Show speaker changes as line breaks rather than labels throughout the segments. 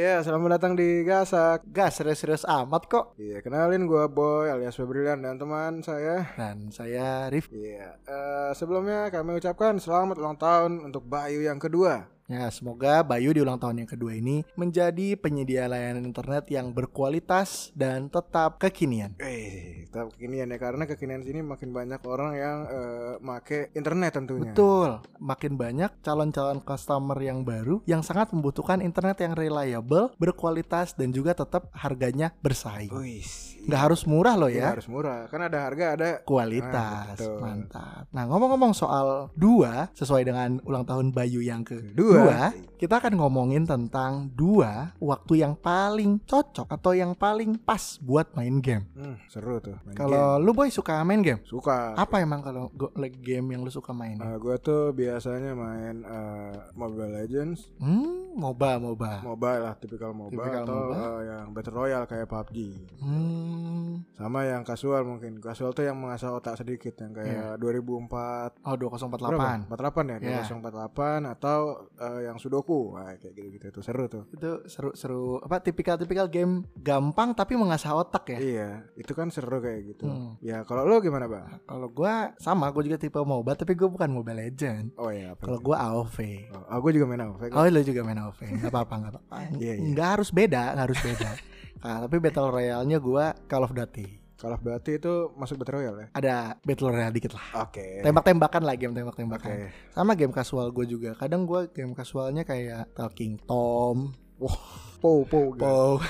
Iya, Selamat datang di Gasak.
Gas serius-serius amat kok.
Iya, kenalin gua Boy alias Febrilian dan teman saya.
Dan saya Rif.
Iya, eh, sebelumnya kami ucapkan selamat ulang tahun untuk Bayu yang kedua.
Ya, semoga Bayu di ulang tahun yang kedua ini menjadi penyedia layanan internet yang berkualitas dan tetap kekinian.
Eh, tetap kekinian ya karena kekinian sini makin banyak orang yang eh, make internet tentunya.
Betul, makin banyak calon-calon customer yang baru yang sangat membutuhkan internet yang reliable, berkualitas, dan juga tetap harganya bersaing.
Wih,
Nggak harus murah loh
Oh,
ya.
iya. harus murah. Kan ada harga, ada Ah,
kualitas
betul.
mantap. Nah ngomong-ngomong soal dua sesuai dengan ulang tahun Bayu yang ke
Kedua.
dua, kita akan ngomongin tentang dua waktu yang paling cocok atau yang paling pas buat main game.
Hmm, seru tuh. main game.
Kalau lu boy suka main game,
suka
apa emang kalau go- like game yang lu suka main?
Eh, gua tuh biasanya main eh, Mobile Legends,
Hmm, moba moba.
mobile lah, tipikal mobile
Tipikal
atau
MOBA.
eh, yang battle royale kayak PUBG.
Hmm,
Sama yang casual mungkin. Casual tuh yang mengasah otak sedikit yang kayak 2004
oh 2048.
berapa? 48 ya,
Iya.
2048 atau eh, yang Sudoku. Wah, kayak gitu-gitu itu seru tuh.
Itu seru-seru apa tipikal-tipikal game gampang tapi mengasah otak ya.
Iya, itu kan seru kayak gitu.
Hmm.
Ya, kalau lo gimana, Bang?
Kalau gua sama, gua juga tipe MOBA tapi gua bukan Mobile Legend.
Oh iya, apa
Kalau
itu?
gue AOV.
Oh, aku juga main AoV.
Oh lu juga main AOV. Gak apa-apa, gak apa-apa.
Iya, iya.
Nggak harus beda, nggak harus beda. Nah, tapi Battle Royale-nya gue Call of Duty.
Call of Duty itu masuk battle royale ya?
Ada Battle Royale dikit lah.
Oke.
Tembak-tembakan lah game tembak-tembakan.
Oke.
Sama game kasual gue juga. Kadang gue game kasualnya kayak Talking Tom.
Pou pou guys.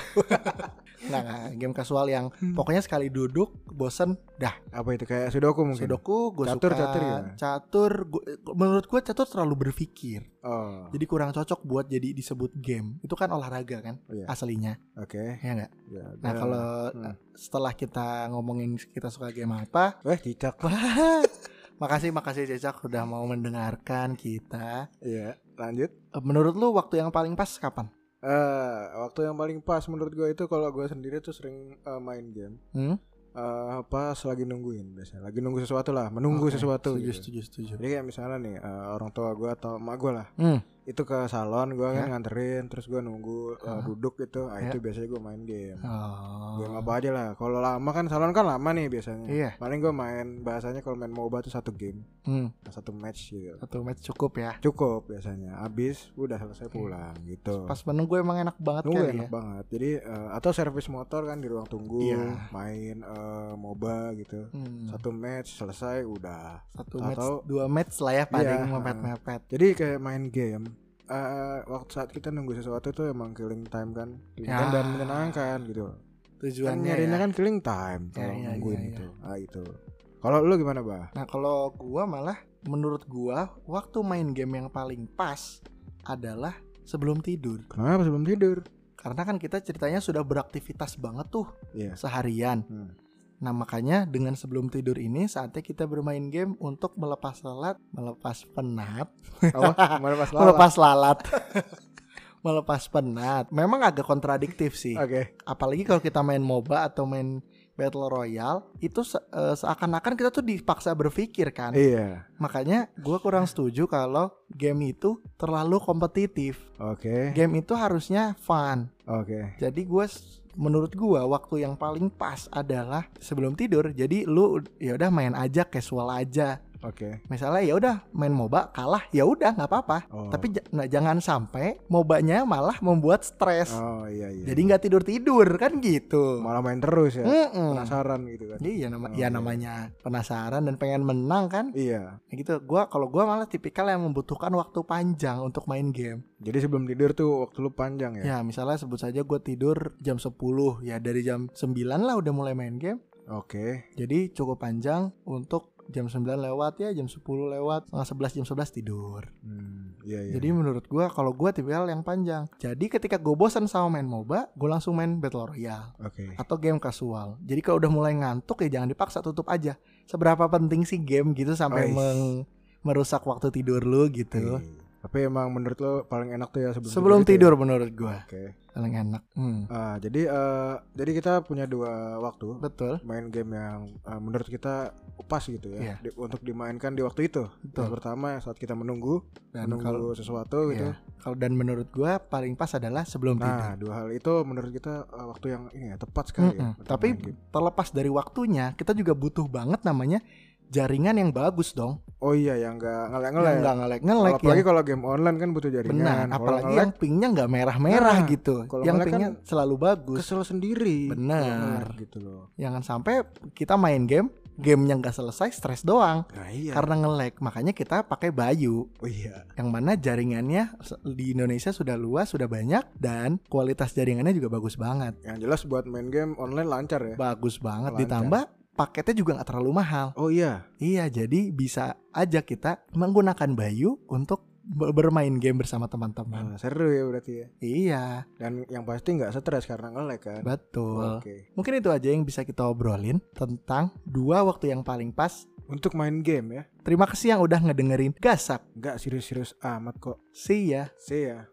Wow. Nggak, nggak. Game kasual yang pokoknya sekali duduk, bosen, dah.
Apa itu kayak Sudoku mungkin?
Sudoku gue
Catur,
suka.
catur ya?
Catur, gua- menurut gue catur terlalu berpikir.
Oh,
Jadi kurang cocok buat jadi disebut game. Itu kan olahraga kan
Iya.
aslinya,
oke.
ya nggak?
Ya,
Nah
ya.
kalau
Hmm.
setelah kita ngomongin kita suka game apa,
eh cicak.
wah, makasih makasih Cecak udah mau mendengarkan kita.
Iya, lanjut.
Eh, Menurut lu waktu yang paling pas kapan?
Eh, waktu yang paling pas menurut gue itu kalau gue sendiri tuh sering eh, main game.
Hmm?
Eh, pas lagi nungguin biasanya. Lagi nunggu sesuatu lah, menunggu
Oke,
sesuatu.
Setuju,
gitu.
setuju, setuju.
Jadi kayak misalnya nih eh, orang tua gue atau emak gue lah
Hmm.
itu ke salon gue kan
Ya.
nganterin terus gue nunggu eh,
Ah.
duduk gitu ah,
Ya.
itu biasanya gue main game
Oh.
game apa aja lah kalau lama kan salon kan lama nih biasanya
Iya.
paling gue main bahasanya kalau main moba tuh satu game
Hmm,
satu match gitu
satu match cukup ya.
cukup biasanya habis udah selesai pulang gitu
Iya. Pas menunggu emang enak banget
nunggu
kali
enak
ya.
banget jadi eh, atau servis motor kan di ruang tunggu
Iya.
main eh, moba gitu
Hmm,
satu match selesai udah
Satu match,
atau-
dua match lah ya
Iya,
paling mepet-mepet.
jadi kayak main game eh, waktu saat kita nunggu sesuatu tuh emang killing time kan killing time
Ya.
dan menyenangkan gitu kan
Tujuannya
nyarinya
ya.
kan killing time
Ya,
kalau
ya,
nungguin
ya, ya.
itu ah itu kalau lu gimana bah
Nah kalau gua malah menurut gua waktu main game yang paling pas adalah sebelum tidur
kenapa sebelum tidur
karena kan kita ceritanya sudah beraktivitas banget tuh
iya
seharian.
Hmm.
Nah makanya dengan sebelum tidur ini saatnya kita bermain game untuk melepas lelat, melepas penat,
apa Oh, kemarin pas lalat?
melepas lalat, melepas penat. Memang agak kontradiktif sih.
oke
Apalagi kalau kita main MOBA atau main Battle Royale itu se- eh, seakan-akan kita tuh dipaksa berpikir kan.
iya
Makanya gue kurang setuju kalau game itu terlalu kompetitif.
oke
Game itu harusnya fun.
oke
Jadi gue menurut gua waktu yang paling pas adalah sebelum tidur. Jadi lu ya udah main aja casual aja.
oke
Misalnya ya udah main MOBA kalah ya udah nggak apa-apa.
Oh.
Tapi ja- nah, jangan sampai MOBA-nya malah membuat stres.
oh iya iya
Jadi nggak tidur-tidur kan gitu.
malah main terus ya
Mm-mm.
penasaran gitu kan
Iya nama-
Oh,
ya
iya.
namanya penasaran dan pengen menang kan.
iya
Ya gitu gua kalau gua malah tipikal yang membutuhkan waktu panjang untuk main game
jadi sebelum tidur tuh waktu lu panjang ya,
ya misalnya sebut saja gua tidur jam 10 ya dari jam 9 lah udah mulai main game
oke
jadi cukup panjang untuk jam 9 lewat ya jam 10 lewat setengah 11 jam 11 tidur
Hmm, iya iya
jadi menurut gua kalau gua tipikal yang panjang jadi ketika gue bosan sama main MOBA gue langsung main Battle Royale
oke
atau game kasual jadi kalau udah mulai ngantuk ya jangan dipaksa tutup aja seberapa penting sih game gitu sampai
Ois.
meng- merusak waktu tidur lu gitu
Iya. Tapi emang menurut lo paling enak tuh ya sebelum,
Sebelum
itu ya?
tidur menurut gua
Oke.
paling enak. Hmm.
Ah, jadi eh, jadi kita punya dua waktu
Betul.
main game yang eh, menurut kita pas gitu ya
Iya.
di- untuk dimainkan di waktu itu.
Betul.
Yang pertama saat kita menunggu
Dan
menunggu
kalau
sesuatu gitu.
Iya. kalau dan menurut gua paling pas adalah sebelum tidur.
Nah, dua hal itu menurut kita eh, waktu yang ini ya tepat sekali ya.
Mm-mm.
untuk
Tapi
main game.
terlepas dari waktunya, kita juga butuh banget namanya jaringan yang bagus dong.
oh iya yang enggak ngelek-ngelek.
Yang nggak ngelek-ngelek
apalagi
yang
kalau game online kan butuh
benar.
jaringan. Kalau
Apalagi
ngelek,
yang pingnya nggak merah-merah
Nah,
gitu.
kalau
Yang
ngelek
pingnya
kan
selalu bagus.
kesel sendiri.
Benar.
gitu loh.
Jangan sampai kita main game, gamenya nggak selesai, stres doang.
Nah, iya.
Karena ngelek, makanya kita pakai Bayu.
oh iya.
yang mana jaringannya di Indonesia sudah luas, sudah banyak dan kualitas jaringannya juga bagus banget.
Yang jelas buat main game online lancar ya.
Bagus banget
Lancar.
ditambah paketnya juga nggak terlalu mahal.
Oh iya.
Iya, jadi bisa aja kita menggunakan Bayu untuk be- bermain game bersama teman-teman.
Nah, seru ya berarti ya.
Iya,
Dan yang pasti nggak stres karena ngelek kan.
betul.
Oke.
Mungkin itu aja yang bisa kita obrolin tentang dua waktu yang paling pas.
Untuk main game ya.
Terima kasih yang udah ngedengerin Gasak.
Nggak serius-serius amat kok.
See ya.
See ya.